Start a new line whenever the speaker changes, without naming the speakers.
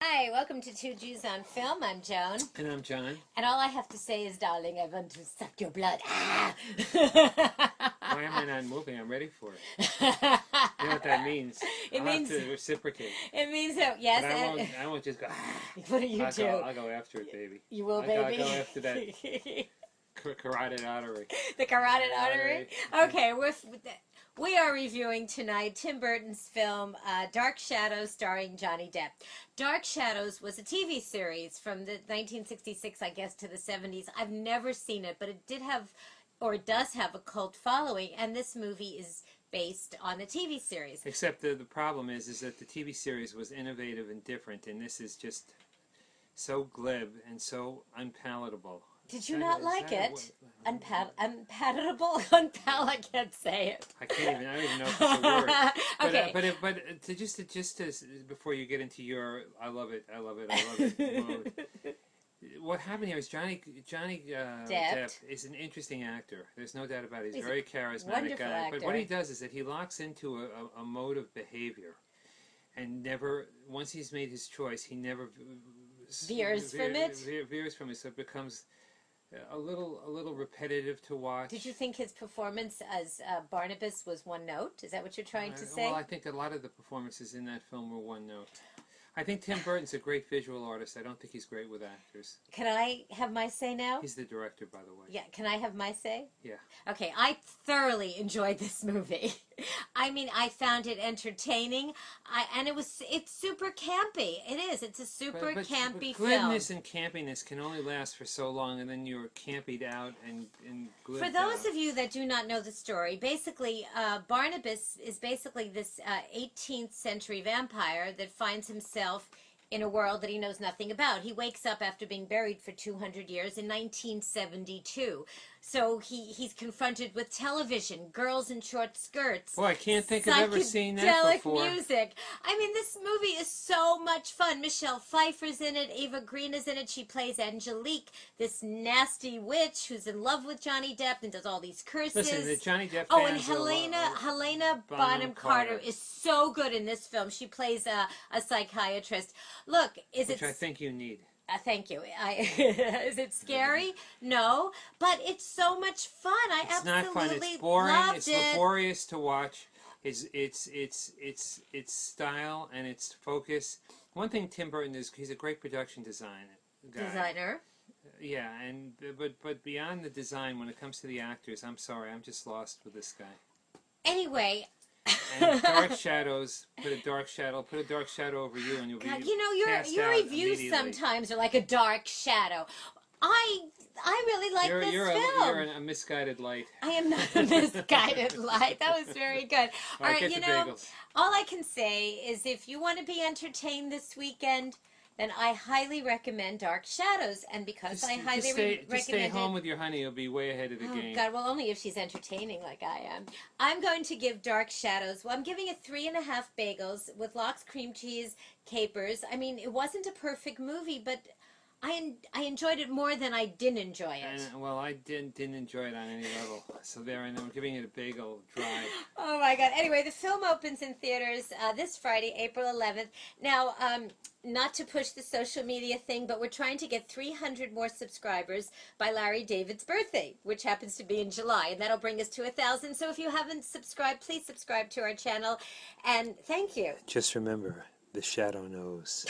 Hi, welcome to Two Jews on Film. I'm Joan,
And I'm John.
and all I have to say is, darling, I want to suck your blood. Ah!
Why am I not moving? I'm ready for it. You know what that means?
It
I'll
means-
have to reciprocate.
It means that
But
yes.
I
and-
won't, I won't just go, "Ah."
what do you
I'll,
do?
go I'll go after it, baby.
you will,
I'll go- I'll
baby.
go after Ca- carotid artery.
the carotid artery.
Artery.
Okay, we're f- with that- we are reviewing tonight Tim Burton's film uh, Dark Shadows, starring Johnny Depp. Dark Shadows was a TV series from the 1966, I guess, to the 70s. I've never seen it, but it did have, or it does have, a cult following, and this movie is based on the TV series.
Except the, the problem is, is that the TV series was innovative and different, and this is just so glib and so unpalatable.
Did
Is
you not
that- is
like
that a
it?
word?
Unpat- unpatable, unpal. I can't say it.
I can't even. I don't even know if it's a word. But,
okay.
uh, but it- but uh, to just to, just to, s- before you get into your I love it I love it I love it mode, what happened here is Johnny Johnny uh,
Depp.
Depp is an interesting actor. There's no doubt about it. He's,
He's a
a very charismatic
wonderful
guy. But what
actor.
he does is that he locks into a, a, a mode of behavior, and never once he's made his choice, he never v- v-
Veers from it?
ve- veers from it, so it becomes a little a little repetitive to watch.
Did you think his performance as uh, Barnabas was one note? Is that what you're trying to
Uh,
say?
Well, I think a lot of the performances in that film were one note. I think Tim Burton's a great visual artist. I don't think he's great with actors.
Can I have my say now?
He's the director, by the way.
Oh. Yeah, can I have my say?
Yeah.
Okay, I thoroughly enjoyed this movie. I mean, I found it entertaining. I and it was it's super campy. It is. It's a super campy film.
glibness and campiness can only last for so long, and then you're campied out and and
For
glibbed
those
out.
of you that do not know the story, basically, uh, Barnabas is basically this uh, 18th century vampire that finds himself in a world that he knows nothing about. He wakes up after being buried for 200 years in 1972. So he, he's confronted with television, girls in short skirts,
Boy, I can't think of ever seeing that
psychedelic
before.
music. I mean, this movie is so much fun. Michelle Pfeiffer's in it. Ava Green is in it. She plays Angelique, this nasty witch who's in love with Johnny Depp and does all these curses.
Listen, the Johnny Depp.
Oh, and
fans are a lot-
Helena
are-
Helena
Bonham
Bonham Carter.
Carter.
is so good in this film. She plays a, a psychiatrist. Look, is it
which I think you need.
uh, thank you. I, is it scary? No, but it's so much fun. I
It's not
absolutely
fun. It's boring.
loved
It's
it.
laborious to watch. It's it's it's it's it's style and its focus. One thing Tim Burton is he's a great production design guy.
Designer.
Yeah, and but but beyond the design, when it comes to the actors, I'm sorry, I'm just lost with this guy.
Anyway,
And Dark Shadows, put a dark shadow, put a dark shadow over you, and you'll be.
God, you know your
cast
your
out
reviews
immediately.
sometimes are like a dark shadow. I I really like
you're,
this
you're
film.
A, you're an- a misguided light.
I am not a misguided light. That was very good. All
All right,
right,
get
you
the
know,
bagels.
all I can say is if you want to be entertained this weekend, then I highly recommend Dark Shadows. And because
Just,
I highly
just stay,
re-
just
recommend
stay
it,
home with your honey. You'll be way ahead of the
Oh
game.
God! Well, only if she's entertaining like I am. I'm going to give Dark Shadows. Well, I'm giving it three and a half bagels with lox, cream cheese, capers. I mean, it wasn't a perfect movie, but I en- I enjoyed it more than I didn't enjoy it.
And, well, I didn't didn't enjoy it on any level. So there I am, giving it a bagel dry.
Oh my God! Anyway, the film opens in theaters uh, this Friday, April 11th. Now, um, not to push the social media thing, but we're trying to get 300 more subscribers by Larry David's birthday, which happens to be in July, and that'll bring us to a thousand. So, if you haven't subscribed, please subscribe to our channel, and thank you.
Just remember, the shadow knows.